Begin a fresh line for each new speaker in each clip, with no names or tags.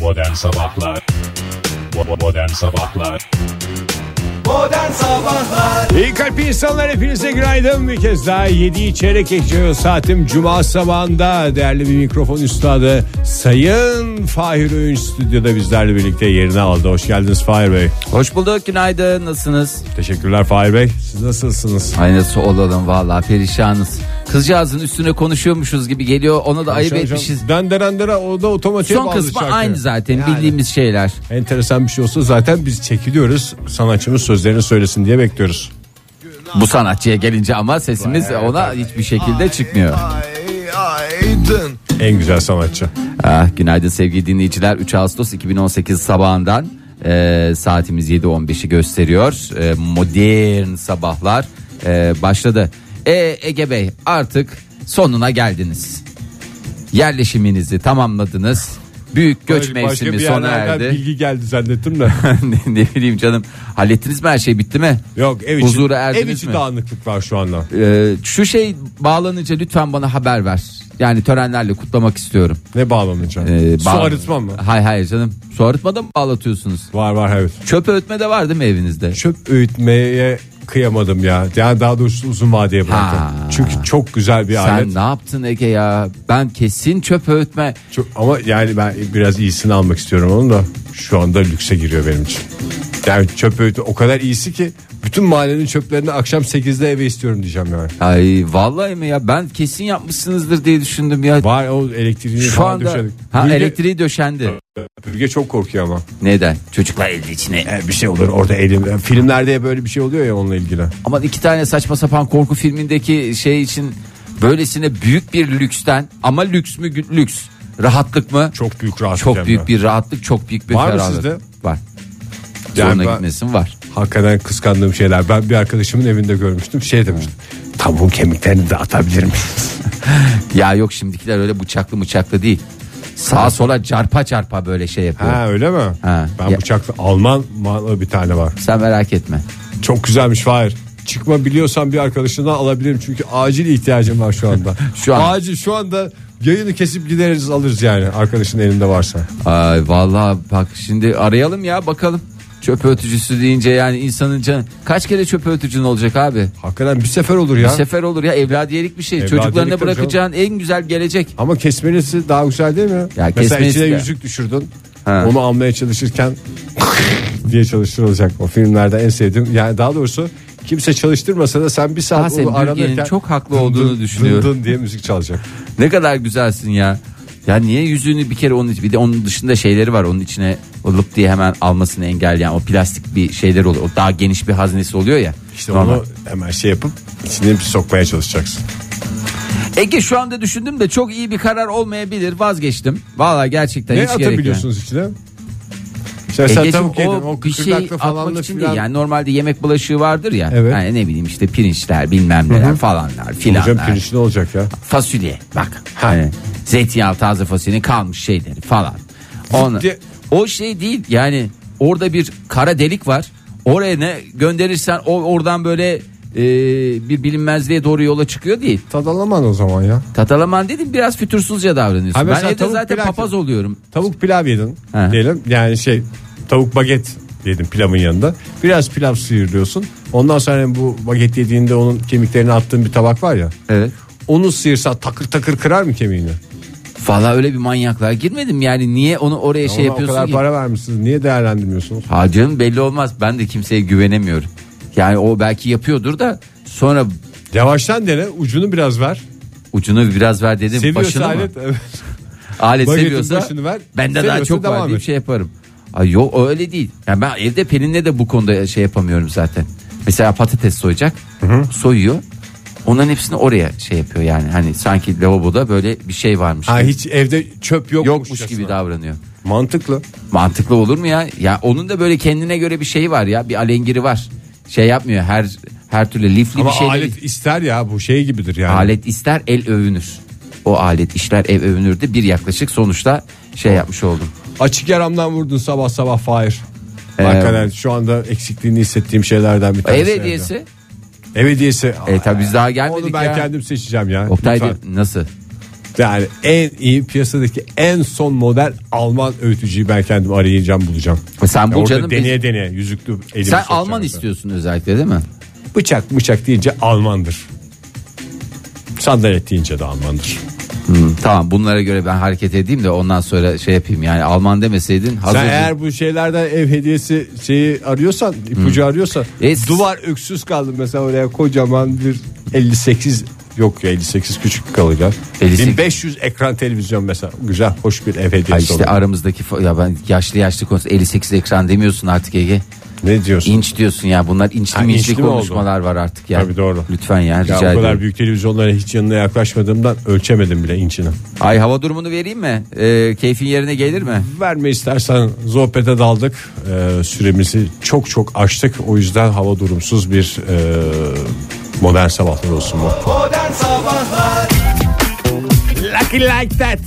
Modern Sabahlar Bo- Modern Sabahlar
Modern Sabahlar
İyi kalp insanlar hepinize günaydın bir kez daha 7'yi çeyrek geçiyor saatim Cuma sabahında değerli bir mikrofon üstadı Sayın Fahir Öğünç stüdyoda bizlerle birlikte yerini aldı. Hoş geldiniz Fahir Bey.
Hoş bulduk günaydın nasılsınız?
Teşekkürler Fahir Bey. Siz nasılsınız?
Aynısı olalım vallahi perişanız. Kızcağızın üstüne konuşuyormuşuz gibi geliyor ona da ayıp etmişiz.
Denderendere o da otomatiğe
şey- Son
bağlı
kısmı
şarkı.
aynı zaten
Yani.
bildiğimiz şeyler.
Enteresan bir şey olsa zaten biz çekiliyoruz. Sanatçımız sözlerini söylesin diye bekliyoruz.
Bu sanatçıya gelince ama sesimiz ona hiçbir şekilde çıkmıyor.
Aydın.
En güzel sanatçı.
Ah, günaydın sevgili dinleyiciler 3 Ağustos 2018 sabahından e, saatimiz 7.15'i gösteriyor. E, modern sabahlar e, başladı. E, Ege Bey artık sonuna geldiniz. Yerleşiminizi tamamladınız. Büyük göç
Başka
mevsimi
bir
sona
yerlerden
erdi.
Bilgi geldi zannettim de.
ne, ne bileyim canım hallettiniz mi her şey bitti mi?
Yok ev içi,
Huzura
ev
erdiniz
içi
mi?
dağınıklık var şu anda.
E, şu şey bağlanınca lütfen bana haber ver. Yani törenlerle kutlamak istiyorum.
Ne bağlanacağım?
Ee,
Su
bağ-
arıtma mı?
Hayır hayır canım. Su arıtmada mı bağlatıyorsunuz?
Var var evet.
Çöp öğütme de var değil mi evinizde?
Çöp öğütmeye kıyamadım ya. Yani daha doğrusu uzun vadeye bıraktım.
Ha.
Çünkü çok güzel bir
Sen
alet.
ne yaptın Ege ya? Ben kesin çöp öğütme.
Çok- ama yani ben biraz iyisini almak istiyorum onun da şu anda lükse giriyor benim için. Yani çöp öğütme o kadar iyisi ki bütün mahallenin çöplerini akşam 8'de eve istiyorum diyeceğim yani.
Ay vallahi mi ya? Ben kesin yapmışsınızdır diye düşündüm ya.
Var o elektriğini
Şu
falan
anda
döşedik.
ha
Bülge-
elektriği döşendi.
Bülge çok korkuyor ama.
Neden? Çocuklar elde içine.
Yani bir şey olur orada elim. Filmlerde hep böyle bir şey oluyor ya onunla ilgili.
Ama iki tane saçma sapan korku filmindeki şey için böylesine büyük bir lüksten ama lüks mü gü- lüks? Rahatlık mı?
Çok büyük rahatlık.
Çok
hem de.
büyük bir rahatlık, çok büyük bir
Var mı
ferahlık.
sizde?
Var.
Yani
Zoruna
ben-
gitmesin var.
Hakikaten kıskandığım şeyler. Ben bir arkadaşımın evinde görmüştüm. Şey demiştim. Tavuğun kemiklerini de atabilir miyiz?
Ya yok şimdikiler öyle bıçaklı bıçaklı değil. Sağa sola carpa carpa böyle şey yapıyor.
ha öyle mi?
Ha.
ben
Ya-
bıçaklı Alman malı bir tane var.
Sen merak etme.
Çok güzelmiş Fahir. Çıkma biliyorsan bir arkadaşından alabilirim. Çünkü acil ihtiyacım var şu anda.
Şu an.
Acil şu anda yayını kesip gideriz alırız yani. Arkadaşın elinde varsa.
Ay vallahi bak şimdi arayalım ya bakalım. Çöp ötücüsü deyince yani insanın canı kaç kere çöp ötücün olacak abi?
Hakikaten bir sefer olur ya.
Bir sefer olur ya evladiyelik bir şey.
Evladiyelik
Çocuklarına
tabii
bırakacağın en güzel gelecek.
Ama kesmelisi daha güzel değil mi? Mesela
kesmelisi
içine
de-
yüzük düşürdün.
Ha.
Onu almaya çalışırken diye çalıştırılacak o filmlerde en sevdiğim. Yani daha doğrusu kimse çalıştırmasa da sen bir
Daha
saat
senin
onu aranırken
Bülge'nin çok haklı
dın dın
olduğunu
dın
düşünüyorum.
dın diye müzik çalacak.
Ne kadar güzelsin ya. Ya niye yüzüğünü bir kere onun bir de onun dışında şeyleri var onun içine o lıp diye hemen almasını engelleyen o plastik bir şeyler oluyor. O daha geniş bir haznesi oluyor ya.
İşte
Normal.
onu hemen şey yapıp içine bir sokmaya çalışacaksın.
Ege E şu anda düşündüm de çok iyi bir karar olmayabilir vazgeçtim. Vallahi gerçekten
ne
hiç gerek yok.
atabiliyorsunuz içine? İşte sen
Egeciğim,
tavuk yedin o
bir şey
kıkırdaklı
atmak
falanlı
için değil
filan.
yani normalde yemek bulaşığı vardır ya
Evet.
yani ne bileyim işte pirinçler bilmem neler falanlar
Hocam
filanlar
pirinç ne olacak ya?
fasulye bak hani zeytinyağı taze fasulyenin kalmış şeyleri falan Onu,
diye-
o şey değil yani orada bir kara delik var oraya ne gönderirsen o oradan böyle e, bir bilinmezliğe doğru yola çıkıyor değil
Tadalaman o zaman ya.
tatalaman dedim biraz fütursuzca davranıyorsun
Ha,
ben
mesela
evde
tavuk
zaten
pilav-
papaz oluyorum
Tavuk pilav yedin
He.
diyelim. Yani şey tavuk baget yedin pilavın yanında. Biraz pilav sıyırıyorsun. Ondan sonra bu baget yediğinde onun kemiklerini attığın bir tabak var ya.
evet
Onu sıyırsa takır takır kırar mı kemiğini?
Valla öyle bir manyaklığa girmedim yani niye onu oraya şey
Ona o
yapıyorsun
kadar
ki?
para vermişsiniz. Niye değerlendirmiyorsunuz?
Ha canım belli olmaz ben de kimseye güvenemiyorum. Yani o belki yapıyordur da sonra
Yavaştan dene ucunu biraz ver.
ucunu biraz ver dedim
Seviyorsa
başını
alet.
E, mı?
Evet.
Alet
Bagetin
seviyorsa
başını ver,
bende daha
seviyorsa
çok var
devam
diye bir
et.
şey yaparım. Ay yok o öyle değil. Yani ben evde Pelin'le de bu konuda şey yapamıyorum zaten. Mesela patates soyacak. Soyuyor. Onların hepsini oraya şey yapıyor yani. Hani sanki lavaboda böyle bir şey varmış.
Ha,
gibi.
hiç evde çöp yokmuş,
Yokmuş gibi
daha.
davranıyor.
Mantıklı.
Mantıklı olur mu ya? Ya onun da böyle kendine göre bir şeyi var ya. Bir alengiri var. Şey yapmıyor. Her her türlü lifli
Ama
bir şey.
alet
Alet...
ister ya bu şey gibidir yani.
alet ister el övünür. O alet işler ev övünür de bir yaklaşık sonuçta şey yapmış oldum.
Açık yaramdan vurdun sabah sabah Fahir.
Ee,
Hakikaten şu anda eksikliğini hissettiğim şeylerden bir tanesi.
Ev
evde.
hediyesi.
Ev hediyesi.
E tabi biz daha gelmedik
Onu ben
ya.
kendim seçeceğim ya.
Oktay
Lütfen.
bir- nasıl?
Yani en iyi piyasadaki en son model Alman öğütücüyü ben kendim arayacağım bulacağım.
Sen bul
orada
canım, biz-
Deneye deneye yüzüklü elimi
Sen
sokacağım
Alman
ben.
istiyorsun özellikle değil mi?
Bıçak bıçak deyince Almandır. Sandalet deyince de Almandır.
Hı, Tamam bunlara göre ben hareket edeyim de ondan sonra şey yapayım yani Alman demeseydin hazır.
Sen eğer bu şeylerden ev hediyesi şeyi arıyorsan, ipucu arıyorsan
E,
duvar öksüz kaldı mesela oraya kocaman bir 58 yok ya 58 küçük kalacak.
58.
1500 ekran televizyon mesela güzel hoş bir ev hediyesi
Ay işte
olur.
aramızdaki fa- ya ben yaşlı yaşlı konusu 58 ekran demiyorsun artık Ege.
Ne diyorsun?
İnç diyorsun ya bunlar inçli
Ha,
minçli
inçli mi oldu?
konuşmalar var artık ya.
Tabii doğru.
Lütfen ya rica
Ya o
ederim.
kadar büyük televizyonlara hiç yanına yaklaşmadığımdan ölçemedim bile inçini.
Ay hava durumunu vereyim mi? Ee, keyfin yerine gelir mi?
Verme istersen sohbete daldık. Ee, süremizi çok çok aştık. O yüzden hava durumsuz bir e, modern sabahlar olsun bu.
Modern Sabahlar
Lucky like that.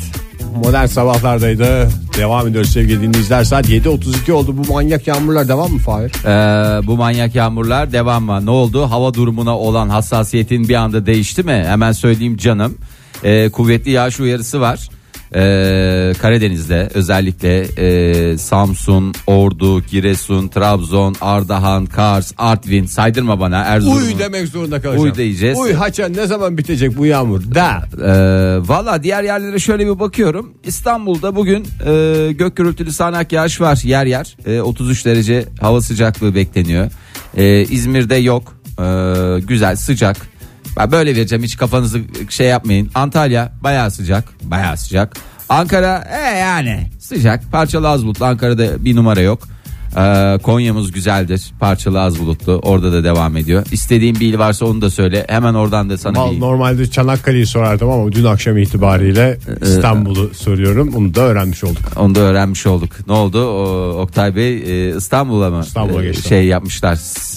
Modern sabahlardaydı. Devam ediyoruz sevgili dinleyiciler. Saat 7.32 oldu. Bu manyak yağmurlar devam mı Fahir?
Ee, bu manyak yağmurlar devam mı? Ne oldu? Hava durumuna olan hassasiyetin bir anda değişti mi? Hemen söyleyeyim canım. Ee, kuvvetli yağış uyarısı var. Ee, Karadeniz'de özellikle e, Samsun, Ordu, Giresun, Trabzon, Ardahan, Kars, Artvin saydırma bana Erzurum.
Uy demek zorunda kalacağım.
Uy diyeceğiz.
Uy haça ne zaman bitecek bu yağmur? Da.
Ee, Valla diğer yerlere şöyle bir bakıyorum. İstanbul'da bugün e, gök gürültülü sağanak yağış var yer yer. E, 33 derece hava sıcaklığı bekleniyor. E, İzmir'de yok. E, güzel sıcak. Ben böyle vereceğim hiç kafanızı şey yapmayın. Antalya bayağı sıcak. Bayağı sıcak. Ankara e, yani sıcak. Parçalı az bulutlu. Ankara'da bir numara yok. Ee, Konya'mız güzeldir. Parçalı az bulutlu. Orada da devam ediyor. İstediğin bir il varsa onu da söyle. Hemen oradan da sana
Mal-
bir
Normalde Çanakkale'yi sorardım ama dün akşam itibariyle İstanbul'u soruyorum. Onu da öğrenmiş olduk.
Onu da öğrenmiş olduk. Ne oldu? O, Oktay Bey e, İstanbul'a mı
İstanbul'a
e,
geçti.
şey yapmışlar?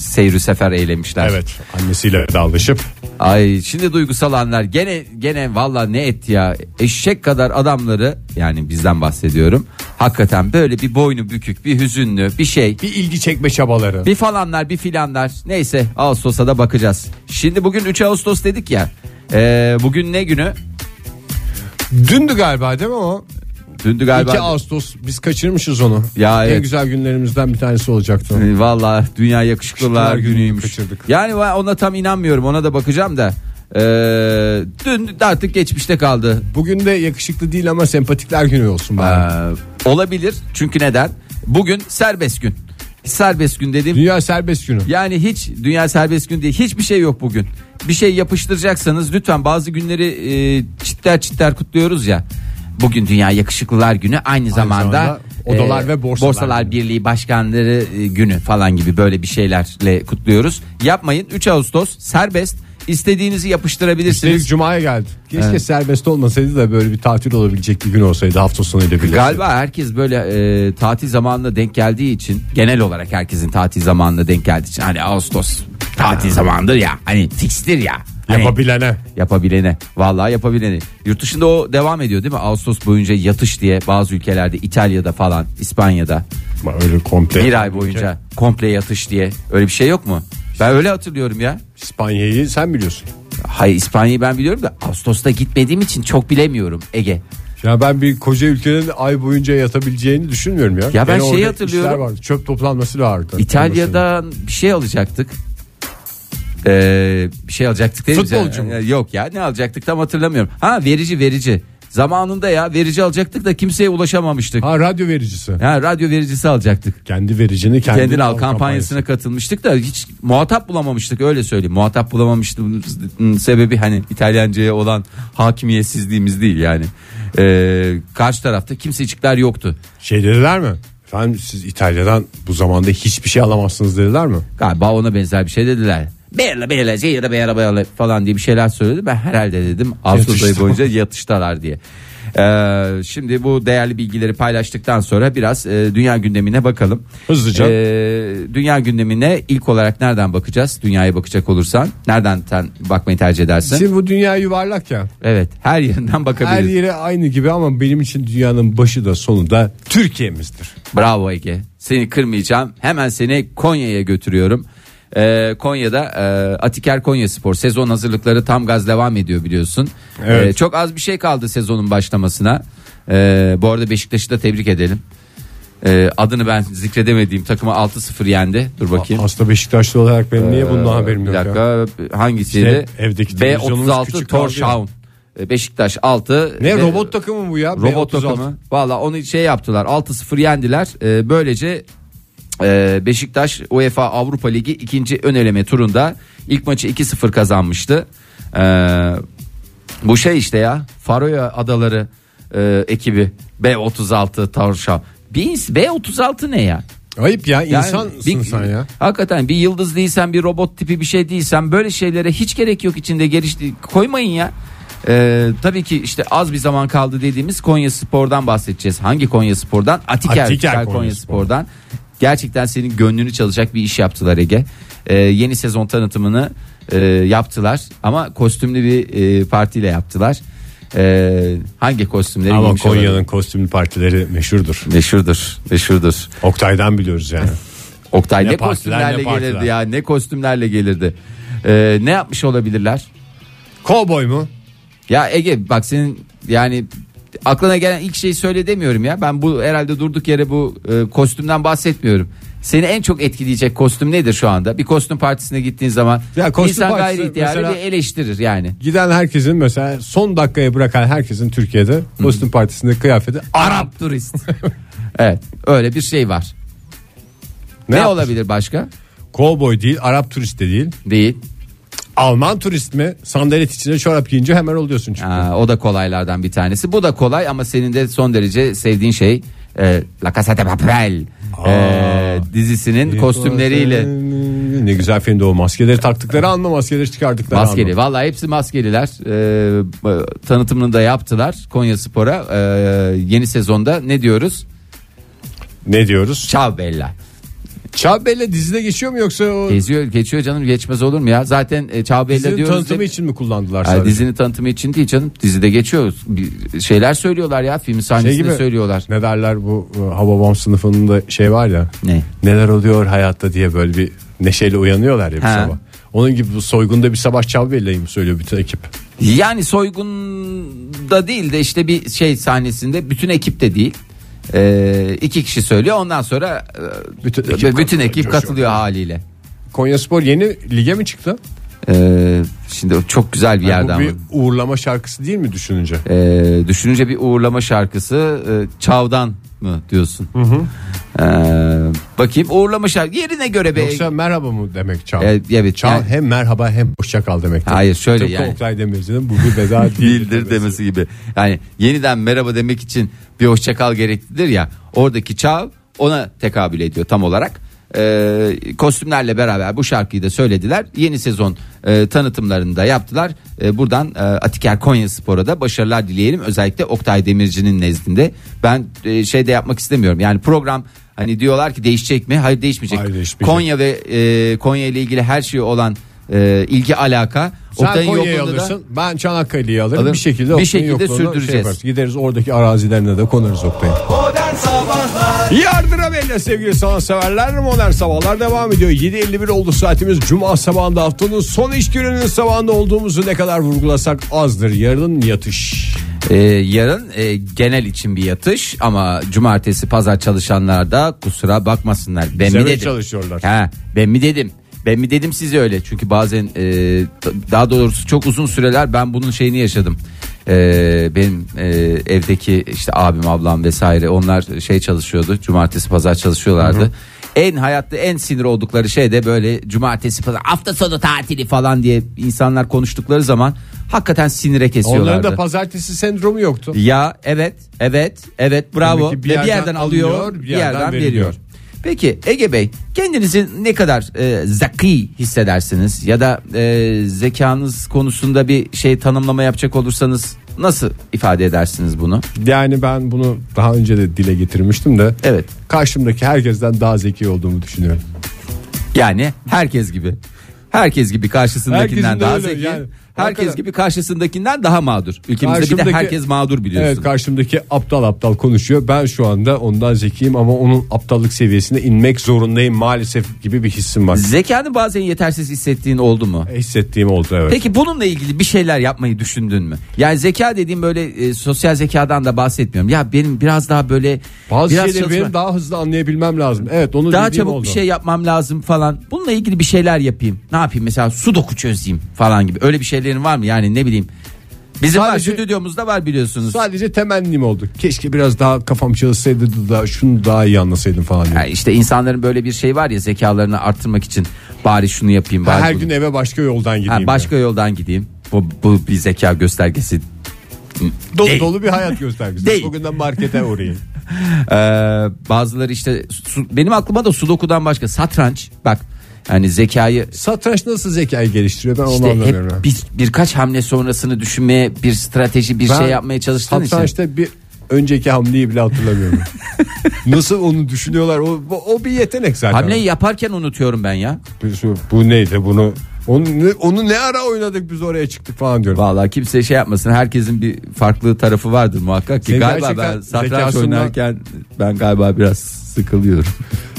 Seyri sefer eylemişler.
Evet annesiyle vedalaşıp
Ay şimdi duygusal anlar. Gene gene valla ne etti ya? Eşek kadar adamları yani bizden bahsediyorum. Hakikaten böyle bir boynu bükük, bir hüzünlü, bir şey.
bir ilgi çekme çabaları.
Bir falanlar bir filanlar neyse Ağustos'a da bakacağız. Şimdi bugün 3 Ağustos dedik ya. E, bugün ne günü?
Dündü galiba değil mi o?
Dündü galiba.
2 Ağustos biz kaçırmışız onu.
Ya
en
evet.
güzel günlerimizden bir tanesi olacaktı. o.
E, Valla dünya yakışıklılar
Yakışıklılar gününü
günüymüş.
kaçırdık.
Yani ben ona tam inanmıyorum. Ona da bakacağım da. Ee, dün de artık geçmişte kaldı.
Bugün de yakışıklı değil ama sempatikler günü olsun
Ee,
bari.
olabilir. Çünkü neden? Bugün serbest gün. Serbest gün dediğim
Dünya serbest günü.
yani hiç dünya serbest gün diye hiçbir şey yok bugün. Bir şey yapıştıracaksanız lütfen bazı günleri e, çitler çitler kutluyoruz ya. Bugün Dünya Yakışıklılar Günü aynı, zamanda, e,
zamanda Odalar ve Borsalar Günü.
Birliği Başkanları e, Günü falan gibi böyle bir şeylerle kutluyoruz. Yapmayın 3 Ağustos serbest istediğinizi yapıştırabilirsiniz.
Üstelik Cuma'ya geldi. Keşke serbest olmasaydı da böyle bir tatil olabilecek bir gün olsaydı hafta sonuyla birlikte.
Galiba herkes böyle e, tatil zamanına denk geldiği için genel olarak herkesin tatil zamanına denk geldiği için hani Ağustos tatil zamanıdır ya hani fikstir ya. Hani-
Yapabilene.
Yapabilene. Vallahi yapabilene. Yurt dışında o devam ediyor değil mi? Ağustos boyunca yatış diye bazı ülkelerde İtalya'da falan İspanya'da
Ama öyle komple.
bir ay boyunca komple yatış diye öyle bir şey yok mu? Ben öyle hatırlıyorum ya.
İspanya'yı sen biliyorsun.
Hayır İspanya'yı ben biliyorum da Ağustos'ta gitmediğim için çok bilemiyorum Ege.
Ya ben bir koca ülkenin ay boyunca yatabileceğini düşünmüyorum ya.
Ya ben
Yani
şeyi
orada
hatırlıyorum.
işler vardı. Çöp toplanması vardı.
İtalya'dan bir şey alacaktık. Ee, bir şey alacaktık değil mi?
Futbolcu mu?
Ee, Yok ya ne alacaktık tam hatırlamıyorum. Ha verici verici. Zamanında ya verici alacaktık da kimseye ulaşamamıştık.
Ha radyo vericisi.
Ha, radyo vericisi alacaktık.
Kendi vericini kendin,
Kendin al kampanyasına katılmıştık da hiç muhatap bulamamıştık öyle söyleyeyim. Muhatap bulamamıştığımızın sebebi hani İtalyanca'ya olan hakimiyetsizliğimiz değil yani. Ee, karşı tarafta kimsecikler yoktu.
Şey dediler mi? Efendim siz İtalya'dan bu zamanda hiçbir şey alamazsınız dediler mi?
Galiba ona benzer bir şey dediler. Beyla beyla zeyra beyla beyla falan diye bir şeyler söyledi. Ben herhalde dedim Ağustos ayı
Yatıştı.
boyunca yatıştalar diye. Ee, şimdi bu değerli bilgileri paylaştıktan sonra biraz e, dünya gündemine bakalım.
Hızlıca.
Ee, dünya gündemine ilk olarak nereden bakacağız? Dünyaya bakacak olursan nereden sen bakmayı tercih edersin?
Şimdi bu dünya yuvarlak ya.
evet, her yerinden
Her
bakabiliriz.
yeri aynı gibi ama benim için dünyanın başı da sonu da Türkiye'mizdir.
Bravo Ege. Seni kırmayacağım. Hemen seni Konya'ya götürüyorum. Ee, Konya'da e, Atiker Konya Spor sezon hazırlıkları tam gaz devam ediyor biliyorsun.
Evet.
Ee, çok az bir şey kaldı sezonun başlamasına. Ee, bu arada Beşiktaş'ı da tebrik edelim. Ee, adını ben zikredemediğim takıma 6-0 yendi. Dur bakayım.
Hasta Beşiktaşlı olarak benim niye bundan haberim
Ee, Bir
yok
dakika
ya?
hangisiydi?
İşte evdeki televizyonumuz
B36
küçük kaldı ya.
Torshavn. Ee, Beşiktaş Ee, 6.
Ne
Ve-
robot takımı bu ya?
Robot
B36.
takımı. Valla onu şey yaptılar. 6-0 yendiler. Ee, böylece e, Beşiktaş UEFA Avrupa Ligi ikinci ön eleme turunda ilk maçı 2-0 kazanmıştı. Ee, bu şey işte ya. Faroe Adaları e, ekibi B36 Tavşan. Bir ins- B36 ne ya?
Ayıp ya
Yani
insansın
bir-
sen ya.
Hakikaten bir yıldız değilsen bir robot tipi bir şey değilsen böyle şeylere hiç gerek yok içinde gelişti koymayın ya. Ee, tabii ki işte az bir zaman kaldı dediğimiz Konya Spor'dan bahsedeceğiz. Hangi Konya Spor'dan? Atiker,
Atiker
Konya,
Konya
Spor'dan. Gerçekten senin gönlünü çalacak bir iş yaptılar Ege. Ee, yeni sezon tanıtımını e, yaptılar ama kostümlü bir e, partiyle yaptılar. Ee, hangi kostümleri?
Ama
giymiş
Konya'nın
olabilir?
kostümlü partileri meşhurdur.
meşhurdur, meşhurdur.
Oktay'dan biliyoruz yani.
Oktay ne,
Ne partiler,
kostümlerle
ne partiler.
gelirdi ya ne kostümlerle gelirdi. Ee, ne yapmış olabilirler?
Cowboy mu?
Ya Ege bak senin yani aklına gelen ilk şeyi söyle demiyorum ya. Ben bu herhalde durduk yere bu e, kostümden bahsetmiyorum. Seni en çok etkileyecek kostüm nedir şu anda? Bir kostüm partisine gittiğin zaman
Ya kostüm
insan
partisi
gayri ihtiyari
mesela-
bir eleştirir yani.
Giden herkesin mesela son dakikaya bırakan herkesin Türkiye'de kostüm partisinde kıyafeti Arap.
Arap turist. evet öyle bir şey var. Ne,
yapmış?
olabilir başka?
Cowboy değil, Arap turist de değil.
Değil.
Alman turist mi? Sandalet içine çorap giyince hemen oluyorsun çünkü.
Aa, o da kolaylardan bir tanesi. Bu da kolay ama senin de son derece sevdiğin şey e, La Casa de Papel e, dizisinin kostümleriyle.
Ne güzel filmde o maskeleri taktıkları anma maskeleri çıkardıkları
Maskeli.
anma.
Vallahi hepsi maskeliler. E, b- tanıtımını da yaptılar Konya Spor'a. E, yeni sezonda ne diyoruz?
Ne diyoruz?
Ciao Bella.
Çabelle dizide geçiyor mu yoksa o
Geziyor, geçiyor canım geçmez olur mu ya? Zaten e, Ciao Bella
dizinin
diyoruz.
tanıtımı
hep-
için mi kullandılar
Ay,
sadece?
dizinin tanıtımı için değil canım. Dizide geçiyor. Bir şeyler söylüyorlar ya. Film
Şey
sahnesinde
gibi,
söylüyorlar.
Ne derler bu e, Hababam sınıfında şey var ya.
Ne?
Neler oluyor hayatta diye böyle bir neşeyle uyanıyorlar ya bir
Ha.
sabah. Onun gibi bu soygunda bir sabah Çavbella'yı mı söylüyor bütün ekip?
Yani soygunda değil de işte bir şey sahnesinde bütün ekip de değil. Ee, iki kişi söylüyor ondan sonra e,
Bütün
bütün
ekip
ekip,
katılıyor, coşuyor.
katılıyor haliyle.
Konya Spor yeni lige mi çıktı?
Ee, şimdi o çok güzel bir
Yani
yerden
bu bir
bu.
uğurlama şarkısı değil mi düşününce?
Ee, düşününce bir uğurlama şarkısı e, Çav'dan mı diyorsun? Ee, bakayım uğurlama şarkı yerine göre be.
Yoksa merhaba mı demek Çav?
E, evet,
Çav
yani-
hem merhaba hem hoşça kal demek.
Hayır, şöyle
Tıpkı
yani.
Oktay Demirci'nin bu bir veda değildir,
değildir
demesi.
demesi gibi. Yani yeniden merhaba demek için bir hoşçakal gereklidir ya. Oradaki çağ ona tekabül ediyor tam olarak. Ee, kostümlerle beraber bu şarkıyı da söylediler. Yeni sezon e, tanıtımlarını da yaptılar. E, buradan e, Atiker Konya Spor'a da başarılar dileyelim. Özellikle Oktay Demirci'nin nezdinde. Ben e, şey de yapmak istemiyorum. Yani program hani diyorlar ki değişecek mi? Hayır değişmeyecek.
Hayır, değişmeyecek.
Konya ve e, Konya ile ilgili her şey olan e, ilgi alaka.
Sen
Oktay'ın
Konya'yı
yokluğunda da-
alırsın ben Çanakkale'yi alırım.
Alırım.
Bir
Bir
şekilde Oktay'ın
şekilde
yokluğunu
sürdüreceğiz.
yaparız. Gideriz oradaki arazilerine de konarız Oktay'ı.
Modern Sabahlar
Yardıra belli sevgili sanatseverler modern sabahlar devam ediyor 7.51 oldu saatimiz cuma sabahında haftanın son iş gününün sabahında olduğumuzu ne kadar vurgulasak azdır yarın yatış
Ee, yarın e, genel için bir yatış ama cumartesi pazar çalışanlar da kusura bakmasınlar. Ben mi
Zirve
dedim?
çalışıyorlar.
Ha, ben mi dedim? Ben mi dedim size öyle? Çünkü bazen e, t- daha doğrusu çok uzun süreler ben bunun şeyini yaşadım. Ee, benim e, evdeki işte abim ablam vesaire onlar şey çalışıyordu. Cumartesi pazar çalışıyorlardı. En hayatta en sinir oldukları şey de böyle cumartesi pazar hafta sonu tatili falan diye insanlar konuştukları zaman hakikaten sinire kesiyorlardı.
onların da pazartesi sendromu yoktu
Ya evet, evet, evet bravo.
Demek ki
bir, yerden bir yerden alıyor, bir yerden, veriyor.
veriyor.
Peki Ege Bey kendinizi ne kadar e, zeki hissedersiniz ya da e, zekanız konusunda bir şey tanımlama yapacak olursanız nasıl ifade edersiniz bunu?
yani ben bunu daha önce de dile getirmiştim de
Evet.
karşımdaki herkesten daha zeki olduğumu düşünüyorum
Yani herkes gibi. Herkes gibi karşısındakinden
Herkesin de
daha
öyle
zeki.
yani.
herkes
Hakikaten.
gibi karşısındakinden daha mağdur. Ülkemizde bir de
Karşımdaki-
herkes mağdur biliyorsun.
Evet karşımdaki aptal aptal konuşuyor. Ben şu anda ondan zekiyim ama onun aptallık seviyesine inmek zorundayım maalesef gibi bir hissim var.
Zekanı bazen yetersiz hissettiğin oldu mu?
Hissettiğim oldu evet.
Peki bununla ilgili bir şeyler yapmayı düşündün mü? Yani zeka dediğim böyle e, sosyal zekadan da bahsetmiyorum. Ya benim biraz daha böyle
Bazı
biraz
şeyleri
çalışma-
benim daha hızlı anlayabilmem lazım. Evet onu
daha
dediğim
çabuk
oldu.
bir şey yapmam lazım falan. Bununla ilgili bir şeyler yapayım. Ne yapayım mesela sudoku çözeyim falan gibi. Öyle bir şeylerin var mı? Yani ne bileyim. Bizim
Sadece-
var stüdyomuzda var biliyorsunuz.
Sadece temennim oldu. Keşke biraz daha kafam çalışsaydı da şunu daha iyi anlasaydım falan. diye.
Ya işte insanların böyle bir şey var ya zekalarını arttırmak için bari şunu yapayım bari
her
bunu-
gün eve başka yoldan
Ha,
gideyim.
başka yoldan gideyim. Bu, bu bir zeka göstergesi.
diyor. dolu
Değil.
dolu bir hayat göstergesi.
Değil.
Bugünden markete uğrayayım.
Ee, bazıları işte su- benim aklıma da sudoku'dan başka satranç bak yani zekayı
Satranç nasıl zekayı geliştiriyor ben onu
işte
anlamıyorum.
hep bir, birkaç hamle sonrasını düşünmeye bir strateji bir
Ben
şey yapmaya çalıştığın için.
Satrançta bir önceki hamleyi bile hatırlamıyorum. Nasıl onu düşünüyorlar? O, o bir yetenek zaten.
Hamleyi yaparken unutuyorum ben ya.
Bir su- bu neydi bunu? Onu ne, onu ne ara oynadık biz oraya çıktık falan diyorum.
Vallahi kimse şey yapmasın. Herkesin bir farklı tarafı vardır muhakkak ki.
Senin
galiba
gerçekten
ben satranç
zekasından-
oynarken ben galiba biraz sıkılıyorum.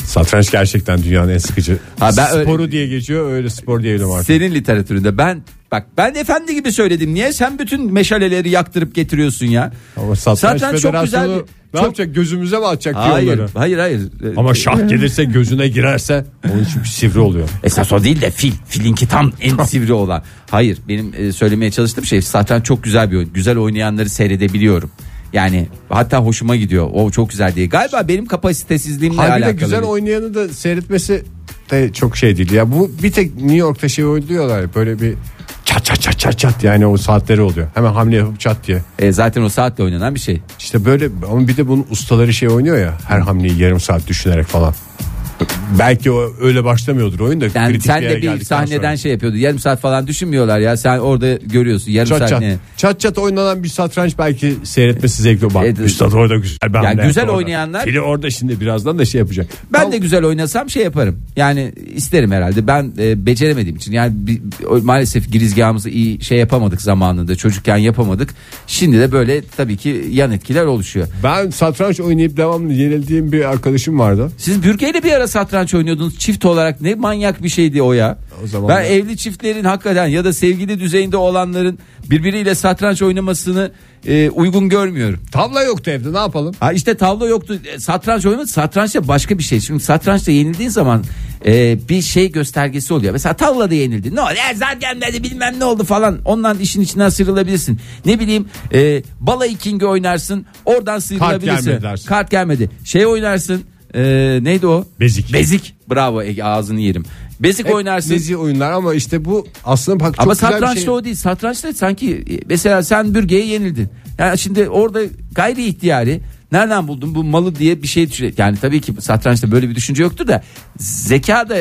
Satranç gerçekten dünyanın en sıkıcı.
Ha, ben öyle-
Sporu diye geçiyor öyle spor diyelim artık.
Senin literatüründe ben bak ben efendi gibi söyledim. Niye sen bütün meşaleleri yaktırıp getiriyorsun ya?
Ama satranç,
Satranç çok güzel
federasyonu
bir-
Ne
çok-
yapacak gözümüze mi atacak
Hayır,
diyorları?
hayır, E, hayır.
Ama şah gelirse gözüne girerse onun için bir sivri oluyor.
Esas o değil de fil. Filinki tam en sivri olan. Hayır benim e, söylemeye çalıştığım şey satranç çok güzel bir oyun. Güzel oynayanları seyredebiliyorum. Yani hatta hoşuma gidiyor. O çok güzel diye. Galiba benim kapasitesizliğimle
Harbi de
alakalı.
güzel
bir-
oynayanı da seyretmesi de çok şey değil. Ya bu bir tek New York'ta şey oynuyorlar ya, böyle bir çat çat çat çat çat yani o saatleri oluyor. Hemen hamle yapıp çat diye.
E, zaten o saatte oynanan bir şey.
İşte böyle ama bir de bunun ustaları şey oynuyor ya her hamleyi yarım saat düşünerek falan. Belki o öyle başlamıyordur oyun da.
Yani
kritik
sen
yere
de bir
geldikten
sahneden
sonra.
şey yapıyordu. Yarım saat falan düşünmüyorlar ya. Sen orada görüyorsun yarım
Çat
saat
çat.
ne?
çat çat oynanan bir satranç belki seyretmesi zevkli. Bak
Evet.
üstad orada güzel. Ben
Ya güzel oynayanlar-
Fili orada şimdi birazdan da şey yapacak.
Ben
Tam-
de güzel oynasam şey yaparım. Yani isterim herhalde. Ben e, beceremediğim için. Yani bi- o- maalesef girizgahımızı iyi şey yapamadık zamanında. Çocukken yapamadık. Şimdi de böyle tabii ki yan etkiler oluşuyor.
Ben satranç oynayıp devamlı yenildiğim bir arkadaşım vardı.
Siz Bürge'yle bir ara satranç oynuyordunuz çift olarak. Ne manyak bir şeydi o ya.
O zaman
ben
da-
evli çiftlerin hakikaten ya da sevgili düzeyinde olanların birbiriyle satranç oynamasını e, uygun görmüyorum.
Tavla yoktu evde ne yapalım?
Ha işte tavla yoktu. E, Satranç oynadı. Satranç da başka bir şey. Şimdi satrançta yenildiğin zaman e, bir şey göstergesi oluyor. Mesela tavla da yenildi. Ne oldu? E, zaten dedi bilmem ne oldu falan. Ondan işin içinden sıyrılabilirsin. Ne bileyim e, bala ikingi oynarsın. Oradan sıyrılabilirsin.
gelmedi dersin.
Kart gelmedi. Şey oynarsın. E, neydi o?
Bezik. E,
Bezik. Bravo Ege ağzını yerim. Bezik
Hep
oynarsın.
Lezi oyunlar ama işte bu aslında bak çok
Ama
güzel bir
satrançta
şey.
o değil. Satrançta sanki e, mesela sen bürgeye yenildin. Yani şimdi orada gayri ihtiyari nereden buldun bu malı diye bir şey düşün. Yani tabii ki satrançta böyle bir düşünce yoktur da zeka da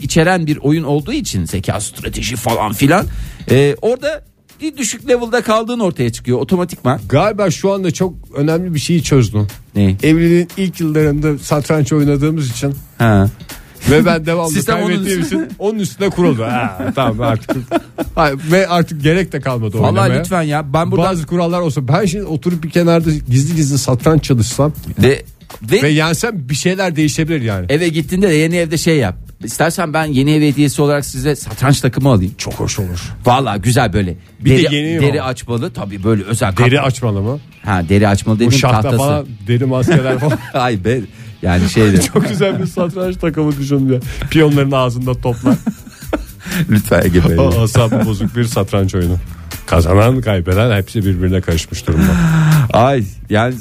içeren bir oyun olduğu için zeka strateji falan filan e, orada bir düşük level'da kaldığın ortaya çıkıyor otomatikman.
Galiba şu anda çok önemli bir şeyi çözdün.
Neyi?
Evliliğin ilk yıllarında satranç oynadığımız için
Ha.
ve ben devamlı
Sistem onun
kaybettiğim
üstüne-
için onun üstüne kuruldu. Ha, tamam artık. Hayır, ve artık gerek de kalmadı
Vallahi
oynamaya.
lütfen ya ben buradan
Bazı kurallar olsa ben şimdi oturup bir kenarda gizli gizli satranç çalışsam
ve, ve
ve yensem bir şeyler değişebilir yani.
eve gittiğinde de yeni evde şey yap. İstersen ben yeni ev hediyesi olarak size satranç takımı alayım.
Çok hoş olur.
Valla güzel böyle.
Bir de
deri,
yeni mi
deri
o?
açmalı tabii böyle özel
Deri
kap-
açmalı mı?
Ha deri açmalı
Bu
dedim
şahta
tahtası.
falan deri maskeler falan.
Ay be yani şey şeydi.
Çok güzel bir satranç takımı düşündü. Piyonların ağzında toplar.
Lütfen Ege Bey.
O asabı bozuk bir satranç oyunu. Kazanan kaybeden hepsi birbirine karışmış durumda.
Ay yani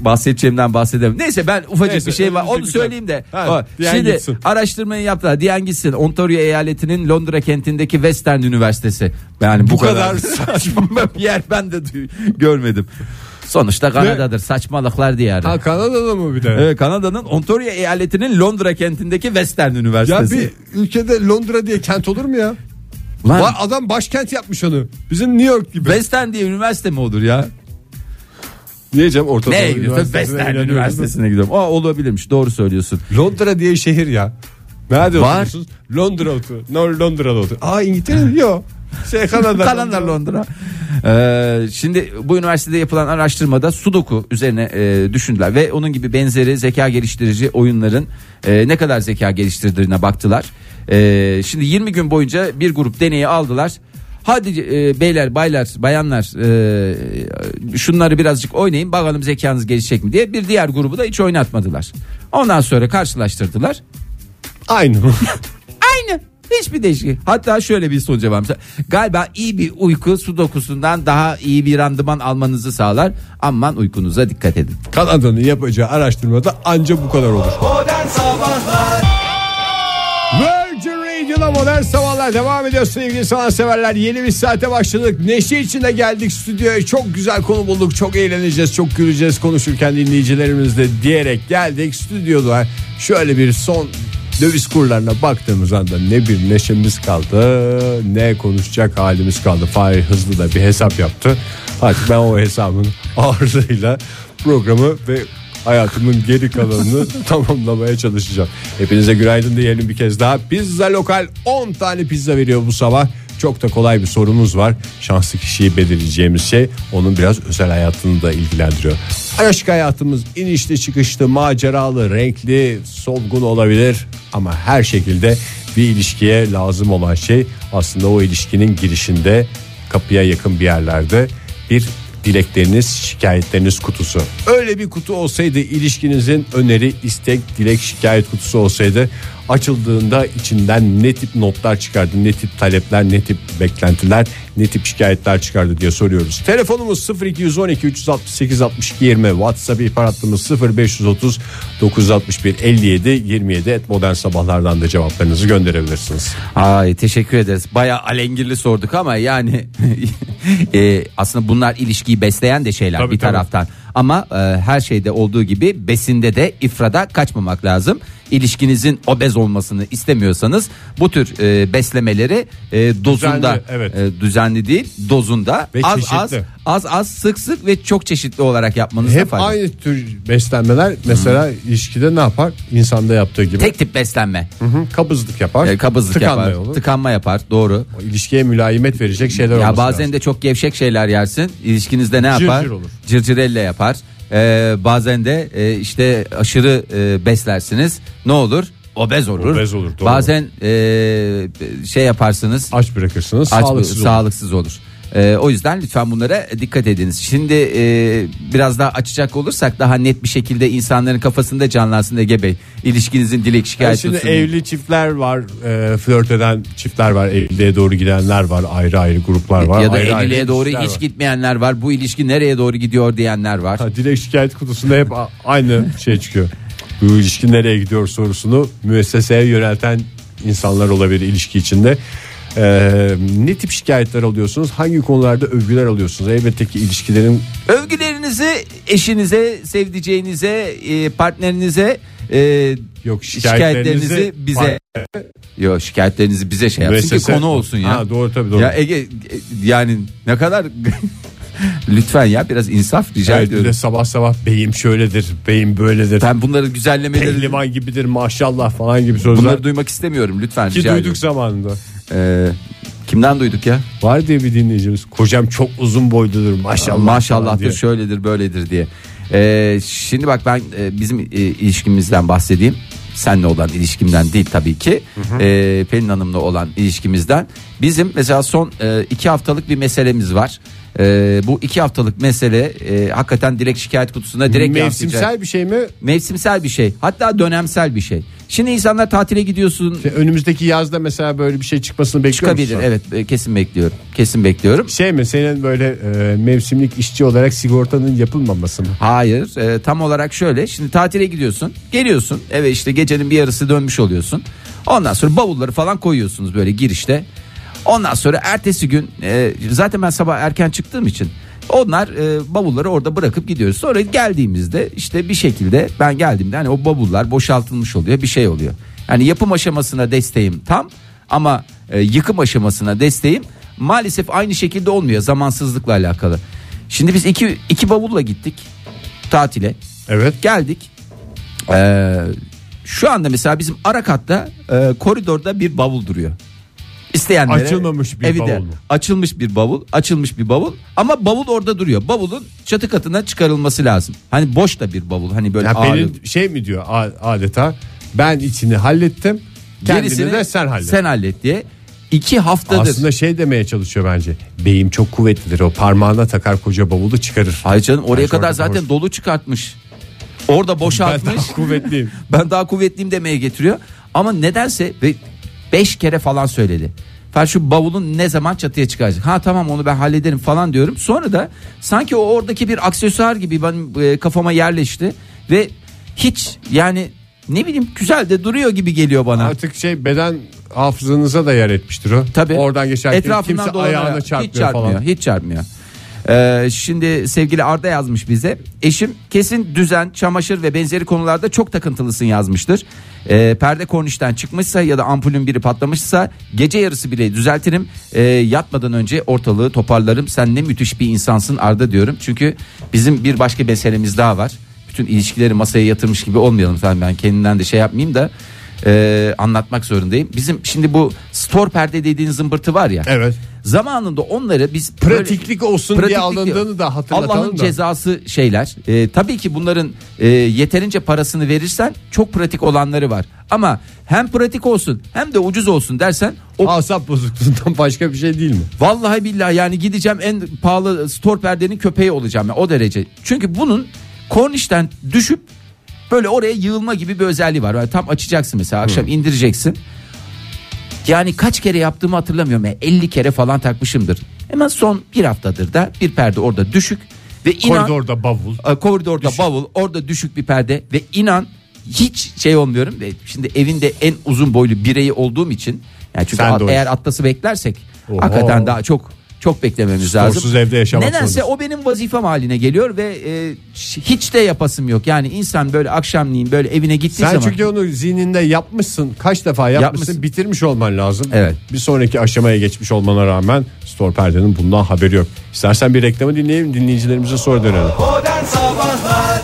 bahsedeceğimden bahsedemem. Neyse ben ufacık
Neyse,
bir şey var.
önümüzdeki
Onu söyleyeyim de.
Ha,
O,
diyen
Şimdi
gitsin.
araştırmayı yaptılar. Diyen gitsin. Ontario eyaletinin Londra kentindeki Western Üniversitesi. Yani bu,
Bu
kadar,
kadar
saçma bir yer ben de duy- görmedim. Sonuçta Kanada'dır. Saçmalıklar diyarı.
Ha Kanada'da mı bir de?
Evet, Kanada'nın Ontario eyaletinin Londra kentindeki Western
Ya
Üniversitesi.
bir ülkede Londra diye kent olur mu ya?
Lan-
Var adam başkent yapmış onu. Bizim New York gibi.
Western diye üniversite mi olur ya?
Diyeceğim Orta Doğu
Neye gidiyorsun?
Üniversitesi'ne
Western
eğleniyoruz.
Üniversitesi'ne gidiyorum. Aa olabilirmiş. Doğru söylüyorsun.
Londra diye şehir ya. Nerede
Var.
oturuyorsunuz? Londra otu. No, Londra'da otur. Aa İngiltere mi? Yok. Şey Kanada.
Kanada Londra. Ee, şimdi bu üniversitede yapılan araştırmada sudoku üzerine e, düşündüler ve onun gibi benzeri zeka geliştirici oyunların e, ne kadar zeka geliştirdiğine baktılar. E, şimdi 20 gün boyunca bir grup deneyi aldılar. Hadi e, beyler, baylar, bayanlar e, şunları birazcık oynayın bakalım zekanız gelişecek mi diye bir diğer grubu da hiç oynatmadılar. Ondan sonra karşılaştırdılar.
Aynı mı?
Aynı. Hiçbir değişiklik. Hatta şöyle bir sonuca varmış. Galiba iyi bir uyku sudokusundan daha iyi bir randıman almanızı sağlar. Aman uykunuza dikkat edin.
Kanada'nın yapacağı araştırmada anca bu kadar olur.
Modern Sabahlar
Virgin Radio'da modern sabahlar devam ediyor sevgili sanatseverler. Yeni bir saate başladık. Neşe içinde geldik stüdyoya. Çok güzel konu bulduk. Çok eğleneceğiz, çok güleceğiz konuşurken dinleyicilerimizle diyerek geldik stüdyoda. Şöyle bir son döviz kurlarına baktığımız anda ne bir neşemiz kaldı ne konuşacak halimiz kaldı. Fahir hızlı da bir hesap yaptı. Hadi ben o hesabın ağırlığıyla programı ve hayatımın geri kalanını tamamlamaya çalışacağım. Hepinize günaydın diyelim bir kez daha. Pizza Lokal 10 tane pizza veriyor bu sabah. Çok da kolay bir sorumuz var. Şanslı kişiyi belirleyeceğimiz şey onun biraz özel hayatını da ilgilendiriyor. Aşk hayatımız inişli çıkışlı, maceralı, renkli, solgun olabilir. Ama her şekilde bir ilişkiye lazım olan şey aslında o ilişkinin girişinde kapıya yakın bir yerlerde bir dilekleriniz, şikayetleriniz kutusu. Öyle bir kutu olsaydı ilişkinizin öneri, istek, dilek, şikayet kutusu olsaydı açıldığında içinden ne tip notlar çıkardı, ne tip talepler, ne tip beklentiler, ne tip şikayetler çıkardı diye soruyoruz. Telefonumuz 0212 368 62 20, WhatsApp ihbar hattımız 0530 961 57 27 et modern sabahlardan da cevaplarınızı gönderebilirsiniz.
Ay teşekkür ederiz. Baya alengirli sorduk ama yani e, aslında bunlar ilişkiyi besleyen de şeyler
Tabii,
bir
tabii.
taraftan. Ama e, her şeyde olduğu gibi besinde de ifrada kaçmamak lazım. İlişkinizin obez olmasını istemiyorsanız bu tür e, beslemeleri e, dozunda
evet.
e, düzenli değil dozunda
Ve
az
çeşitli.
az az az sık sık ve çok çeşitli olarak yapmanızda
Hep
fayda.
aynı tür beslenmeler mesela ilişkide ne yapar? İnsanda yaptığı gibi.
Tek tip beslenme.
Hı, kabızlık yapar.
E, kabızlık
tıkanma
yapar,
olur.
tıkanma yapar. Doğru.
O ilişkiye mülayimet verecek şeyler
Ya
olması
bazen
lazım.
de çok gevşek şeyler yersin. İlişkinizde ne
Cırcır
yapar?
olur.
Cırcırella yapar. Ee, bazen de e, işte aşırı e, beslersiniz. Ne olur? Obez olur.
Obez olur, doğru.
Bazen e, şey yaparsınız.
aç bırakırsınız.
Aç-
sağlıksız olur.
sağlıksız olur. Ee, o yüzden lütfen bunlara dikkat ediniz. Şimdi e, biraz daha açacak olursak daha net bir şekilde insanların kafasında canlansın Ege Bey. İlişkinizin dilek
Yani
şikayet
şimdi
olsun.
evli çiftler var, e, flört eden çiftler var, evliliğe doğru gidenler var, ayrı ayrı gruplar var.
ya da
ayrı ayrı
evliliğe doğru hiç
kişiler var.
gitmeyenler var. Bu ilişki nereye doğru gidiyor diyenler var.
Ha, dilek şikayet kutusunda hep a- aynı şey çıkıyor. Bu ilişki nereye gidiyor sorusunu müesseseye yönelten insanlar olabilir ilişki içinde. Ee, ne tip şikayetler alıyorsunuz? Hangi konularda övgüler alıyorsunuz? Elbette ki ilişkilerin
Övgülerinizi eşinize, sevdiceğinize, e, partnerinize, e,
yok şikayetlerinizi,
şikayetlerinizi bize Yok şikayetlerinizi bize şey yapsın ki
Müessese-
konu olsun ya.
Ha, doğru tabii doğru.
Ya Ege e, yani ne kadar lütfen ya biraz insaf rica
Evet, bir de
ediyorum.
sabah sabah beyim şöyledir, beyim böyledir.
Ben bunları güzellemeleri
Pehlivan gibidir maşallah falan gibi sözler.
bunları duymak istemiyorum lütfen
ki
rica
duyduk zamanında.
ediyorum. Ee, kimden duyduk ya?
Var diye bir dinleyicimiz. Kocam çok uzun boyludur maşallah. falan diye.
Maşallahdır şöyledir böyledir diye. Ee, şimdi bak ben e, bizim e, ilişkimizden bahsedeyim. Senle olan ilişkimden değil tabii ki. Ee, Pelin Hanım'la olan ilişkimizden. Bizim mesela son e, iki haftalık bir meselemiz var. Ee, bu iki haftalık mesele e, hakikaten direkt şikayet kutusuna direkt yansıyacak.
Mevsimsel bir şey mi?
Mevsimsel bir şey. Hatta dönemsel bir şey. Şimdi insanlar tatile gidiyorsun.
İşte önümüzdeki yazda mesela böyle bir şey çıkmasını bekliyor
Çıkabilir
Şey, musun?
evet e, kesin bekliyorum. Kesin bekliyorum.
Şey mi senin böyle e, mevsimlik işçi olarak sigortanın yapılmaması mı?
Hayır e, tam olarak şöyle şimdi tatile gidiyorsun geliyorsun eve işte gecenin bir yarısı dönmüş oluyorsun ondan sonra bavulları falan koyuyorsunuz böyle girişte ondan sonra ertesi gün e, zaten ben sabah erken çıktığım için onlar e, bavulları orada bırakıp gidiyoruz sonra geldiğimizde işte bir şekilde ben geldiğimde hani o bavullar boşaltılmış oluyor bir şey oluyor yani yapım aşamasına desteğim tam ama e, yıkım aşamasına desteğim maalesef aynı şekilde olmuyor zamansızlıkla alakalı. Şimdi biz iki, iki bavulla gittik tatile.
Evet.
Geldik. Ee, Şu anda mesela bizim ara katta e, koridorda bir bavul duruyor. İsteyenlere
Açılmamış bir
evi de-
bavul mu?
Açılmış bir bavul, açılmış bir bavul ama bavul orada duruyor. Bavulun çatı katına çıkarılması lazım. Hani boş da bir bavul. Hani böyle
Ya
ağır-
benim şey mi diyor a- adeta ben içini hallettim. Kendini
Gerisini
de sen hallet.
Sen hallet diye. İki haftadır.
Aslında şey demeye çalışıyor bence. Beyim çok kuvvetlidir o parmağına takar koca bavulu çıkarır.
Hayır canım oraya
Ben şu
kadar
anda
zaten
konuştum.
dolu çıkartmış. Orada
Ben
boşaltmış.
daha kuvvetliyim.
ben daha kuvvetliyim demeye getiriyor. Ama nedense ve beş kere falan söyledi. Fer şu bavulun ne zaman çatıya çıkacak? Ha tamam onu ben hallederim falan diyorum. Sonra da sanki o oradaki bir aksesuar gibi benim e, kafama yerleşti ve hiç yani ne bileyim güzel de duruyor gibi geliyor bana.
Artık şey beden hafızanıza da yer etmiştir o.
Tabii.
Oradan geçerken
Etrafından
kimse
dolanarak.
ayağına çarpmıyor,
hiç çarpmıyor,
falan.
Hiç çarpmıyor. Ee, şimdi sevgili Arda yazmış bize. Eşim kesin düzen, çamaşır ve benzeri konularda çok takıntılısın yazmıştır. Ee, perde kornişten çıkmışsa ya da ampulün biri patlamışsa gece yarısı bile düzeltirim. Ee, yatmadan önce ortalığı toparlarım. Sen ne müthiş bir insansın Arda diyorum. Çünkü bizim bir başka meselemiz daha var. Bütün ilişkileri masaya yatırmış gibi olmayalım. Sen ben kendinden de şey yapmayayım da e, anlatmak zorundayım. Bizim şimdi bu store perde dediğiniz zımbırtı var ya.
Evet.
Zamanında onları biz böyle- şey.
Pratiklik olsun diye
Pratiklik
alındığını
yok.
da hatırlatalım
Allah'ın
da.
cezası şeyler. Ee, tabii ki bunların e, yeterince parasını verirsen çok pratik olanları var. Ama hem pratik olsun hem de ucuz olsun dersen o
Asap bozukluğundan başka bir şey değil mi?
Vallahi billahi yani gideceğim en pahalı store perdenin köpeği olacağım ya o derece. Çünkü bunun kornişten düşüp böyle oraya yığılma gibi bir özelliği var. Yani tam açacaksın mesela akşam indireceksin. Yani kaç kere yaptığımı hatırlamıyorum. Yani 50 kere falan takmışımdır. Hemen son bir haftadır da bir perde orada düşük ve inan
Koridorda bavul.
e, koridorda bavul orada düşük bir perde ve inan hiç şey olmuyorum ve şimdi evinde en uzun boylu bireyi olduğum için yani çünkü
Sen
at-
de oysun.
eğer atlası beklersek
Oho.
hakikaten daha çok çok beklememiz
Storsuz
lazım.
evde yaşamak
Nedense
zorundasın.
o benim vazifem haline geliyor ve e, ş- hiç de yapasım yok. Yani insan böyle akşamleyin böyle evine gittiği
Sen
zaman
çünkü onu zihninde yapmışsın. Kaç defa yapmışsın,
Yapmışsın.
bitirmiş olman lazım.
Evet.
Bir sonraki aşamaya geçmiş olmana rağmen store perdenin bundan haberi yok. İstersen bir reklamı dinleyelim dinleyicilerimize sonra dönelim.
Modern Sabahlar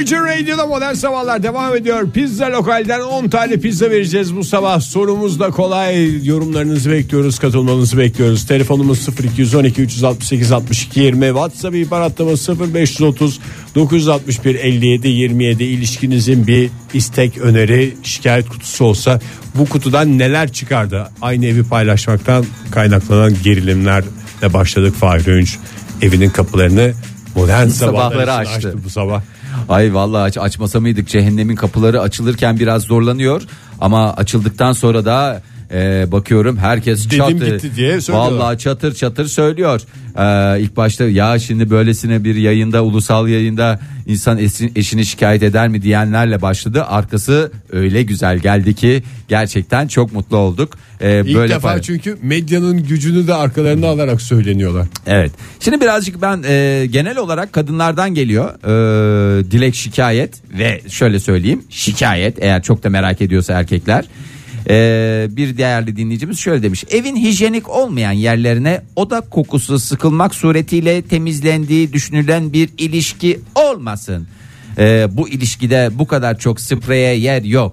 Virgin Radio'da modern sabahlar devam ediyor. Pizza lokalden 10 tane pizza vereceğiz bu sabah. Sorumuz da kolay. Yorumlarınızı bekliyoruz, katılmanızı bekliyoruz. Telefonumuz 0212 368 62 20. WhatsApp ihbar hattımız 0530 961 57 27. İlişkinizin bir istek, öneri, şikayet kutusu olsa bu kutudan neler çıkardı? Aynı evi paylaşmaktan kaynaklanan gerilimlerle başladık Fahri Öğünç. Evinin kapılarını modern sabahları
Sabahları
açtı.
açtı.
açtı bu sabah.
Ay vallahi aç, açmasa mıydık cehennemin kapıları açılırken biraz zorlanıyor ama açıldıktan sonra da e, bakıyorum herkes
Dedim
çatır.
gitti diye söylüyor.
vallahi çatır çatır söylüyor. Ee, ilk başta ya şimdi böylesine bir yayında ulusal yayında insan esin- eşini şikayet eder mi diyenlerle başladı. Arkası öyle güzel geldi ki gerçekten çok mutlu olduk. Ee,
İlk defa
pay-
çünkü medyanın gücünü de arkalarına alarak söyleniyorlar.
Evet. Şimdi birazcık ben e, genel olarak kadınlardan geliyor e, dilek şikayet ve şöyle söyleyeyim şikayet eğer çok da merak ediyorsa erkekler. E, bir değerli dinleyicimiz şöyle demiş evin hijyenik olmayan yerlerine oda kokusu sıkılmak suretiyle temizlendiği düşünülen bir ilişki olmasın. E, bu ilişkide bu kadar çok spreye yer yok.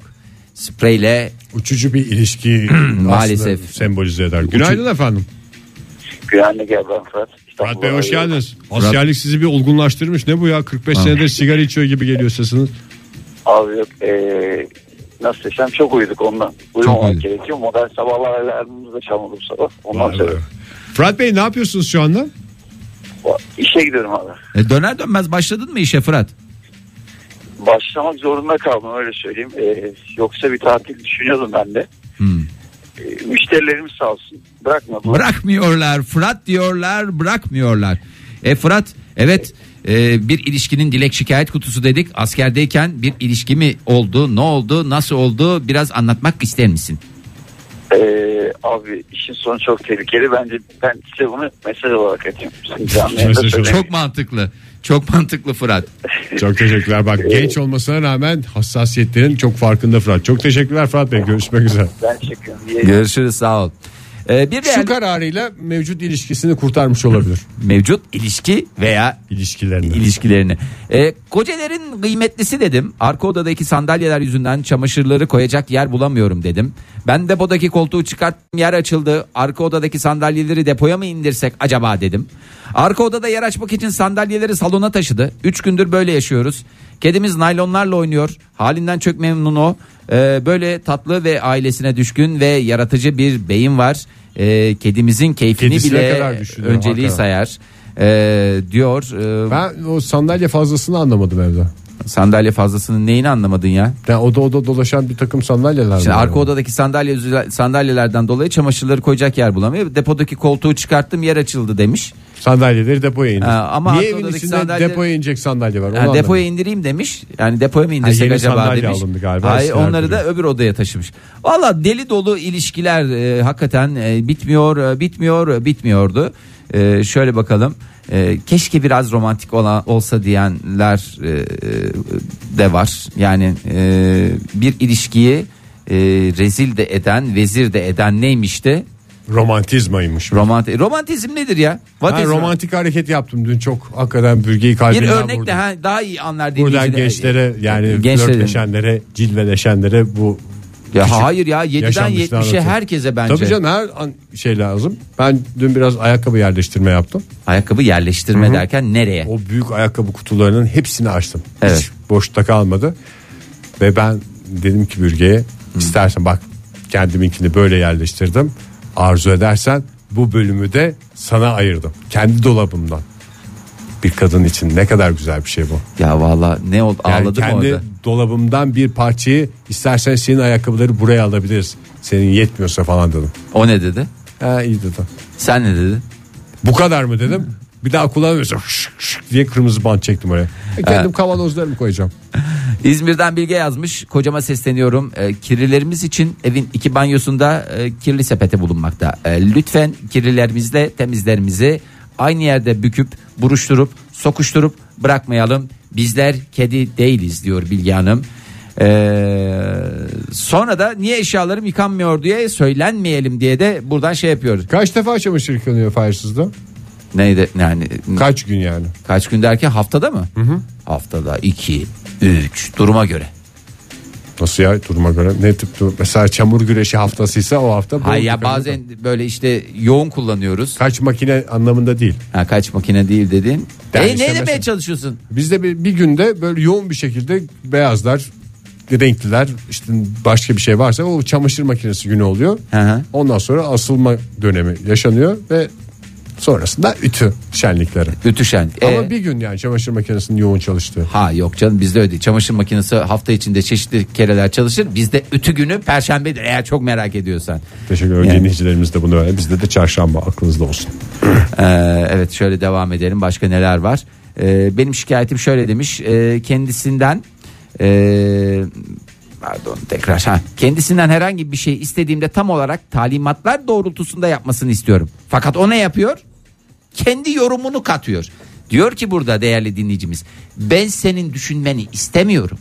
Spreyle
Uçucu bir ilişki
Maalesef.
maalesef sembolize eder. Günaydın efendim.
Güvenlik ya ben Fırat.
Fırat Bey hoş geldiniz. Askerlik sizi bir olgunlaştırmış. Ne bu ya 45 senedir sigara içiyor gibi geliyor sesiniz.
Abi yok ee, nasıl desem çok uyuduk ondan. Uyumamak
uyuduk.
gerekiyor. Modern sabahlar alarmımız da çalmadı bu sabah. Ondan
Vay
sonra
vay. Fırat Bey ne yapıyorsunuz şu anda?
Va- işe gidiyorum abi.
E, döner dönmez başladın mı işe Fırat?
Başlamak zorunda kaldım öyle söyleyeyim. E, yoksa bir tatil düşünüyordum ben de.
Hmm.
E, müşterilerimiz sağ olsun. Bırakmadılar.
Bırakmıyorlar Fırat diyorlar bırakmıyorlar. E Fırat evet e, bir ilişkinin dilek şikayet kutusu dedik. Askerdeyken bir ilişki mi oldu ne oldu nasıl oldu biraz anlatmak ister misin?
E, abi işin sonu çok tehlikeli. Bence ben size bunu mesaj olarak atayım. Sizin canlı yayında
Mesaj
söyleyeyim.
Çok mantıklı çok mantıklı Fırat.
Çok teşekkürler. Bak genç olmasına rağmen hassasiyetlerin çok farkında Fırat. Çok teşekkürler Fırat Bey. Görüşmek üzere.
Ben çekiyorum. diye.
Görüşürüz sağ ol. Ee, bir
Şu
diğer
kararıyla mevcut ilişkisini kurtarmış olabilir.
mevcut ilişki veya
İlişkilerini.
ilişkilerini. Ee, kocelerin kıymetlisi dedim. Arka odadaki sandalyeler yüzünden çamaşırları koyacak yer bulamıyorum dedim. Ben depodaki koltuğu çıkarttım yer açıldı. Arka odadaki sandalyeleri depoya mı indirsek acaba dedim. Arka odada yer açmak için sandalyeleri salona taşıdı. Üç gündür böyle yaşıyoruz. Kedimiz naylonlarla oynuyor. Halinden çok memnun o. Ee, böyle tatlı ve ailesine düşkün ve yaratıcı bir beyin var. Ee, kedimizin keyfini
Kedisine kadar
bile
düşünüyor,
önceliği
hakikaten.
sayar. Ee, diyor. Ee,
Ben o sandalye fazlasını anlamadım evde.
Sandalye fazlasının neyini anlamadın ya?
Yani oda oda dolaşan bir takım sandalyeler
Şimdi
var.
arka odadaki sandalye sandalyelerden dolayı çamaşırları koyacak yer bulamıyor. Depodaki koltuğu çıkarttım yer açıldı demiş.
Sandalyeleri depoya indir.
Ha, ama
Niye
arka
evin
odadaki
içinde
sandalye-
depoya inecek sandalye var? Onu
Yani
anlamadım.
depoya indireyim demiş. Yani depoya mı indirsek
Ha, yeni
acaba
sandalye
demiş.
alındı galiba,
Hayır
eskiler
onları da öbür odaya taşımış. Valla deli dolu ilişkiler e, hakikaten e, bitmiyor, e, bitmiyor, e, bitmiyordu. E, şöyle bakalım. E, keşke biraz romantik olan olsa diyenler e, e, de var. Yani e, bir ilişkiyi e, rezil de eden, vezir de eden neymişti?
Romantizmaymış.
Romanti romantizm nedir ya? What
Ben
is-
romantik hareket yaptım dün çok hakikaten bürgeyi
bir
kalbimden
örnek
vurdum.
de ha, daha iyi anlar
Buradan
dinleyiciler.
gençlere yani
Gençlere-
flörtleşenlere, cilveleşenlere bu
Ya
küçük
hayır ya 7'den
yaşanmışlığı
70'e
anlatıyor.
herkese bence.
Tabii canım her an şey lazım. Ben dün biraz ayakkabı yerleştirme yaptım.
Ayakkabı yerleştirme derken nereye?
O büyük ayakkabı kutularının hepsini açtım.
Evet.
Hiç boşta kalmadı. Ve ben dedim ki bürgeye istersen bak kendiminkini böyle yerleştirdim. Arzu edersen bu bölümü de sana ayırdım. Kendi dolabımdan. Bir kadın için ne kadar güzel bir şey bu.
Ya valla ne oldu
Yani
ağladım
kendi
orada.
dolabımdan bir parçayı istersen senin ayakkabıları buraya alabiliriz. Senin yetmiyorsa falan dedim.
O ne dedi?
Ha iyi dedim.
Sen ne dedin?
Bu kadar mı dedim. Bir daha kullanmıyorsam şık şık diye kırmızı bant çektim oraya. E, kendim kavanozlarımı koyacağım.
İzmir'den Bilge yazmış. Kocama sesleniyorum. E, kirlilerimiz için evin iki banyosunda e, kirli sepete bulunmakta. E, lütfen kirlilerimizle temizlerimizi aynı yerde büküp buruşturup sokuşturup bırakmayalım. Bizler kedi değiliz diyor Bilge Hanım. E, sonra da niye eşyalarım yıkanmıyor diye söylenmeyelim diye de buradan şey yapıyoruz.
Kaç defa çamaşır yıkanıyor fayansızda?
Neydi yani
Kaç gün yani?
Kaç gün derken haftada mı? Haftada 2, 3 duruma göre.
Nasıl ya duruma göre? Ne tip durum? Mesela çamur güreşi haftasıysa o hafta. bol
Hayır ya
yıkanıyor.
bazen böyle işte yoğun kullanıyoruz.
Kaç makine anlamında değil.
Ha, kaç makine değil dedin.
Yani
e,
işte
ne demeye
mesela-
çalışıyorsun?
Bizde bir, bir günde böyle yoğun bir şekilde beyazlar, renkliler, işte başka bir şey varsa o çamaşır makinesi günü oluyor.
Hı hı.
Ondan sonra asılma dönemi yaşanıyor ve sonrasında ütü şenlikleri.
Ütüşen.
Ama
E,
bir gün yani çamaşır makinesinin yoğun çalıştığı.
Ha yok canım bizde öyle değil. Çamaşır makinesi hafta içinde çeşitli kereler çalışır. Bizde ütü günü perşembedir eğer çok merak ediyorsan.
Teşekkür ederim
Yani.
dinleyicilerimiz de bunu öyle. Bizde de çarşamba aklınızda olsun.
Ee, evet şöyle devam edelim. Başka neler var? Ee, benim şikayetim şöyle demiş. Ee, kendisinden ee, pardon tekrar ha kendisinden herhangi bir şey istediğimde tam olarak talimatlar doğrultusunda yapmasını istiyorum. Fakat o ne yapıyor? Kendi yorumunu katıyor. Diyor ki burada değerli dinleyicimiz ben senin düşünmeni istemiyorum.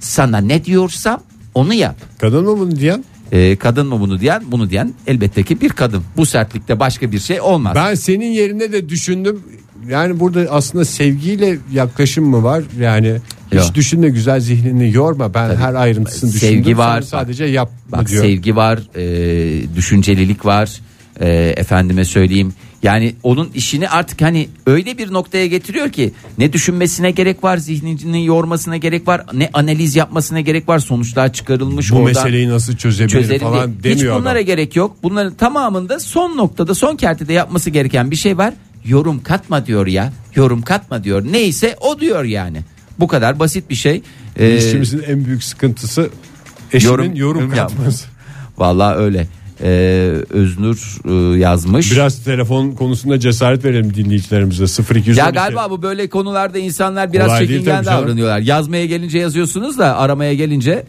Sana ne diyorsam onu yap.
Kadın mı bunu diyen?
Ee, kadın mı bunu diyen? Bunu diyen elbette ki bir kadın. Bu sertlikte başka bir şey olmaz.
Ben senin yerine de düşündüm. Yani burada aslında sevgiyle yaklaşım mı var? Yani hiç
Yok.
düşünme güzel zihnini yorma. Ben her ayrıntısını
Sevgi
düşündüm. Sen
var.
Sadece yap
Bak
diyor.
sevgi var, e, düşüncelilik var. e, efendime söyleyeyim. Yani onun işini artık hani öyle bir noktaya getiriyor ki ne düşünmesine gerek var, zihnini yormasına gerek var, ne analiz yapmasına gerek var. Sonuçlar çıkarılmış
Bu
oradan
meseleyi nasıl çözebilirim
çözelim
falan
diye. Hiç
demiyor
bunlara
adam.
gerek yok. Bunların tamamında son noktada, son kertede yapması gereken bir şey var. Yorum katma diyor ya. Yorum katma diyor. Neyse o diyor yani. Bu kadar basit bir şey. Ee,
İlişkimizin en büyük sıkıntısı eşimin yorum,
yorum- yorum
katması.
Vallahi öyle. Ee, Öznur e, yazmış.
Biraz telefon konusunda cesaret verelim dinleyicilerimize. 0212.
ya galiba bu böyle konularda insanlar biraz
şey. Kolay değil
çekingen
tabii canım.
davranıyorlar. Yazmaya gelince yazıyorsunuz da aramaya gelince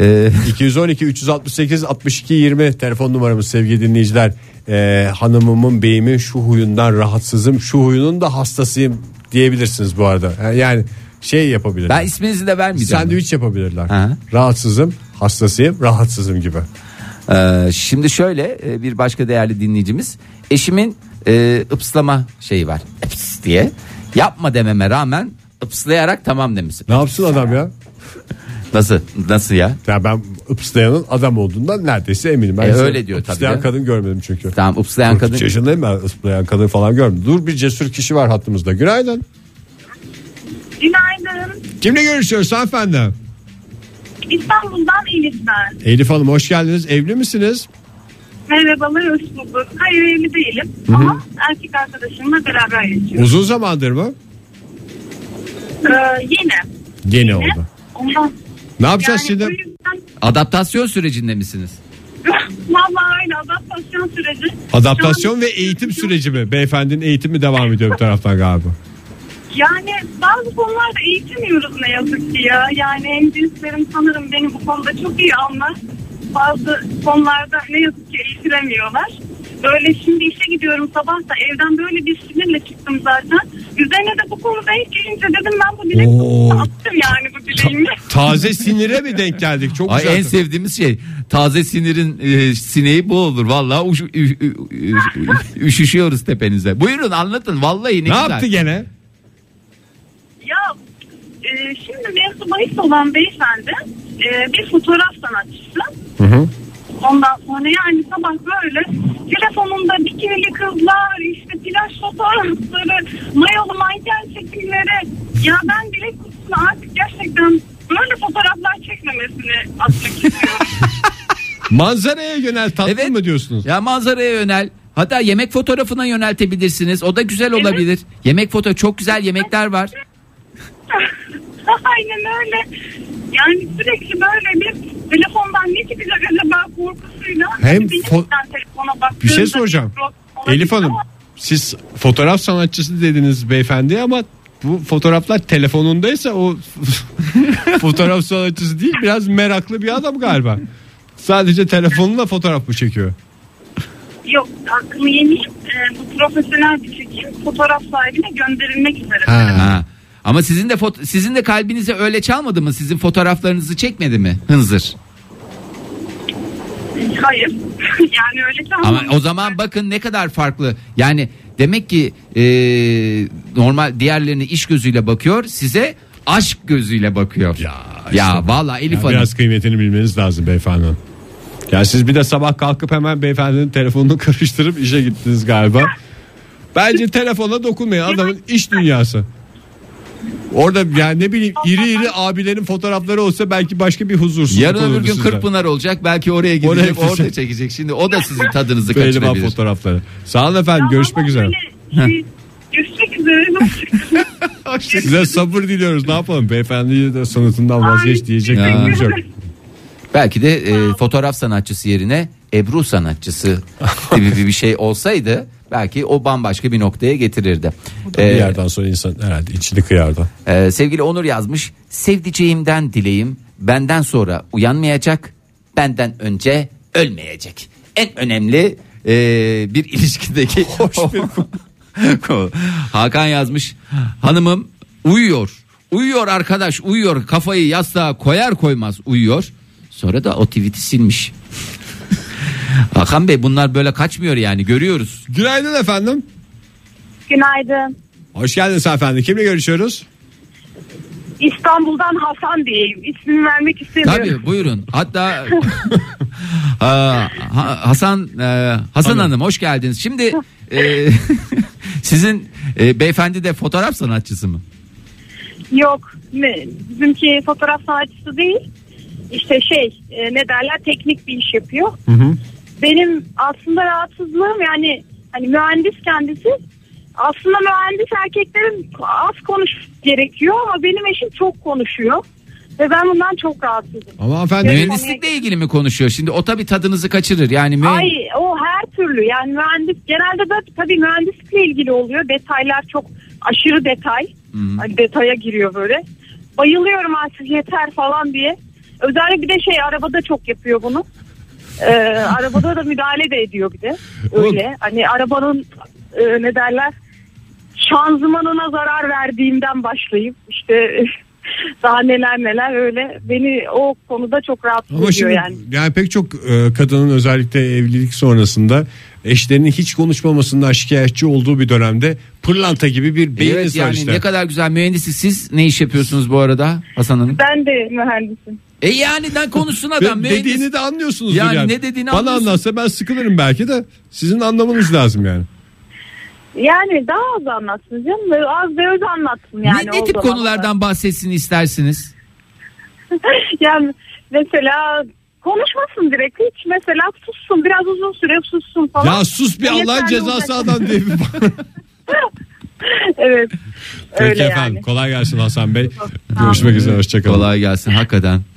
e,
212 368 62 20 telefon numaramız sevgili dinleyiciler. Ee, hanımımın beyimin şu huyundan rahatsızım şu huyunun da hastasıyım diyebilirsiniz bu arada. Yani şey yapabilirler.
ben isminizi de vermeyeceğim.
Sandviç yapabilirler.
Hı.
Rahatsızım hastasıyım rahatsızım gibi.
Ee, şimdi şöyle e, bir başka değerli dinleyicimiz eşimin e, ıpslama şeyi var Ips diye yapma dememe rağmen ıpslayarak tamam demiş.
Ne yapsın adam ya?
Nasıl nasıl ya?
Ya ben ıpslayanın adam olduğundan neredeyse eminim. Ben
E,
hiç
öyle diyor tabii
ıslayan
de.
kadın görmedim çünkü.
Tamam ıpslayan kadın.
43 yaşındayım ben ıslayan kadın falan görmedim. Dur bir cesur kişi var hattımızda. Günaydın.
Günaydın.
Kimle görüşüyoruz hanımefendi?
İstanbul'dan Elif ben.
Elif Hanım hoş geldiniz. Evli misiniz?
Merhabalar, hoş bulduk. Hayır evli değilim ama erkek arkadaşımla beraber yaşıyorum.
Uzun zamandır mı?
Ee, yeni.
Yeni oldu.
Ondan-
Ne yapacağız
Yani bu
şimdi?
yüzden
Adaptasyon sürecinde misiniz?
valla öyle adaptasyon süreci. Şu
Adaptasyon
an-
ve eğitim süreci mi? Beyefendinin eğitimi devam ediyor bir taraftan galiba.
Yani bazı konularda eğitimiyoruz ne yazık ki ya. Yani hem cinslerim sanırım beni bu konuda çok iyi anlar. Bazı konularda ne yazık ki eğitilemiyorlar. Böyle şimdi işe gidiyorum sabah da evden böyle bir sinirle çıktım zaten. Üzerine de bu konuda hiç gelince dedim ben bu dileğimi
Oo.
attım yani bu dileğimi.
Taze sinire mi denk geldik? Çok
Ay
güzel.
en sevdiğimiz şey taze sinirin e, sineği bu olur. Vallahi uş- ü- ü- ü- üşüşüyoruz tepenize. Buyurun anlatın vallahi ne,
ne
güzel.
yaptı gene?
Ya e, şimdi mevzu bahis olan beyefendi e, bir fotoğraf sanatçısı. Ondan sonra yani sabah böyle telefonunda bikini kızlar, işte plaj fotoğrafları, mayalı manken çekimleri. Ya ben bile kutusuna artık gerçekten böyle fotoğraflar çekmemesini atmak istiyorum.
Manzaraya yönel tatlı
Evet.
mı diyorsunuz?
Ya manzaraya yönel. Hatta yemek fotoğrafına yöneltebilirsiniz. O da güzel olabilir. Yemek foto çok güzel yemekler var.
Aynen öyle. Yani sürekli böyle bir telefondan ne çıkacak acaba korkusuyla.
Hem
Bir
fo-
insan telefona baktığında
Bir şey soracağım.
olabilir
Elif Hanım
şey ama
siz fotoğraf sanatçısı dediniz beyefendi ama bu fotoğraflar telefonundaysa o fotoğraf sanatçısı değil biraz meraklı bir adam galiba. Sadece telefonla fotoğraf mı çekiyor?
Yok hakkımı yemeyeyim. Ee, bu profesyonel bir çekim fotoğraf sahibine gönderilmek üzere.
Ha. Ama sizin de foto- sizin de kalbinize öyle çalmadı mı? Sizin fotoğraflarınızı çekmedi mi? Hınzır.
Hayır. yani öyle
Ama
sanmam.
o zaman bakın ne kadar farklı. Yani demek ki e, normal diğerlerine iş gözüyle bakıyor, size aşk gözüyle bakıyor.
Ya
ya vallahi Elif Hanım.
Biraz kıymetini bilmeniz lazım beyefendi. Ya siz bir de sabah kalkıp hemen beyefendinin telefonunu karıştırıp işe gittiniz galiba. Bence telefona dokunmayın adamın iş dünyası. Orada yani ne bileyim iri iri abilerin fotoğrafları olsa belki başka bir huzursuzluk
Yarın öbür
olurdu
gün
sizde.
Kırkpınar olacak. Belki oraya gidecek,
gidecek.
orada, çekecek. Şimdi o da sizin tadınızı
Pehlivan
kaçırabilir.
fotoğrafları. Sağ olun efendim
Ya
görüşmek
ama
üzere.
böyle şey- Görüşmek üzere.
Size sabır diliyoruz ne yapalım beyefendiye de sanatından vazgeç
Ay,
diyecek
Ya.
bir yok.
Belki de e, fotoğraf sanatçısı yerine Ebru sanatçısı gibi bir- bir şey olsaydı belki o bambaşka bir noktaya getirirdi.
Bir
Ee,
yerden sonra insan herhalde içini kıyardı.
Ee, sevgili Onur yazmış. Sevdiceğimden dileğim benden sonra uyanmayacak, benden önce ölmeyecek. En önemli ee, bir ilişkideki hoş Hakan yazmış. Hanımım uyuyor. Uyuyor arkadaş uyuyor kafayı yastığa koyar koymaz uyuyor. Sonra da o tweet'i silmiş. Hakan Bey bunlar böyle kaçmıyor yani görüyoruz.
Günaydın efendim.
Günaydın.
Hoş geldiniz efendim. Kimle görüşüyoruz?
İstanbul'dan Hasan diyeyim. İsmini vermek istemiyorum.
Tabii buyurun. Hatta Ha, Ha- Hasan e, Hasan Hanım hoş geldiniz. Şimdi e, sizin e, beyefendi de fotoğraf sanatçısı mı?
Yok ne- bizimki fotoğraf sanatçısı değil. İşte şey e, ne derler teknik bir iş yapıyor. Benim aslında rahatsızlığım yani hani mühendis kendisi. Aslında mühendis erkeklerin az konuş gerekiyor ama benim eşim çok konuşuyor. Ve ben bundan çok rahatsızım.
Ama hanımefendi
Mühendislikle ilgili mi konuşuyor? Şimdi o tabii tadınızı kaçırır. Yani mühend-
Ay o her türlü yani mühendis genelde de tabii mühendislikle ilgili oluyor. Detaylar çok aşırı detay. Hani detaya giriyor böyle. Bayılıyorum artık yeter falan diye. Özellikle bir de şey arabada çok yapıyor bunu. Ee, arabada da müdahale de ediyor bir de. Öyle hani arabanın e, ne derler şanzımanına zarar verdiğimden başlayıp işte daha neler neler öyle beni o konuda çok rahatsız
Ama
ediyor
şimdi
yani.
yani. pek çok e, kadının özellikle evlilik sonrasında eşlerinin hiç konuşmamasından şikayetçi olduğu bir dönemde pırlanta gibi bir beyin
Evet yani
işte.
ne kadar güzel mühendisiz siz ne iş yapıyorsunuz bu arada Hasan Hanım?
Ben de mühendisim.
E yani lan konuşsun
Ve
adam mühendis.
dediğini de anlıyorsunuz
Yani
yani.
ne dediğini
Bana
anlıyorsun.
anlatsa ben sıkılırım belki de sizin anlamanız lazım yani.
Yani daha az anlatsın canım. Böyle Az ve öz anlatsın yani.
ne, ne
o
tip
zaman da.
konulardan bahsetsin istersiniz?
yani mesela konuşmasın direkt hiç. Mesela sussun biraz uzun süre sussun falan.
Ya sus bir
Yeterli
Allah'ın cezası
olacak.
adam diye bir
evet.
Peki
öyle
efendim
yani.
kolay gelsin Hasan Bey. Görüşmek üzere hoşçakalın.
Kolay gelsin hakikaten.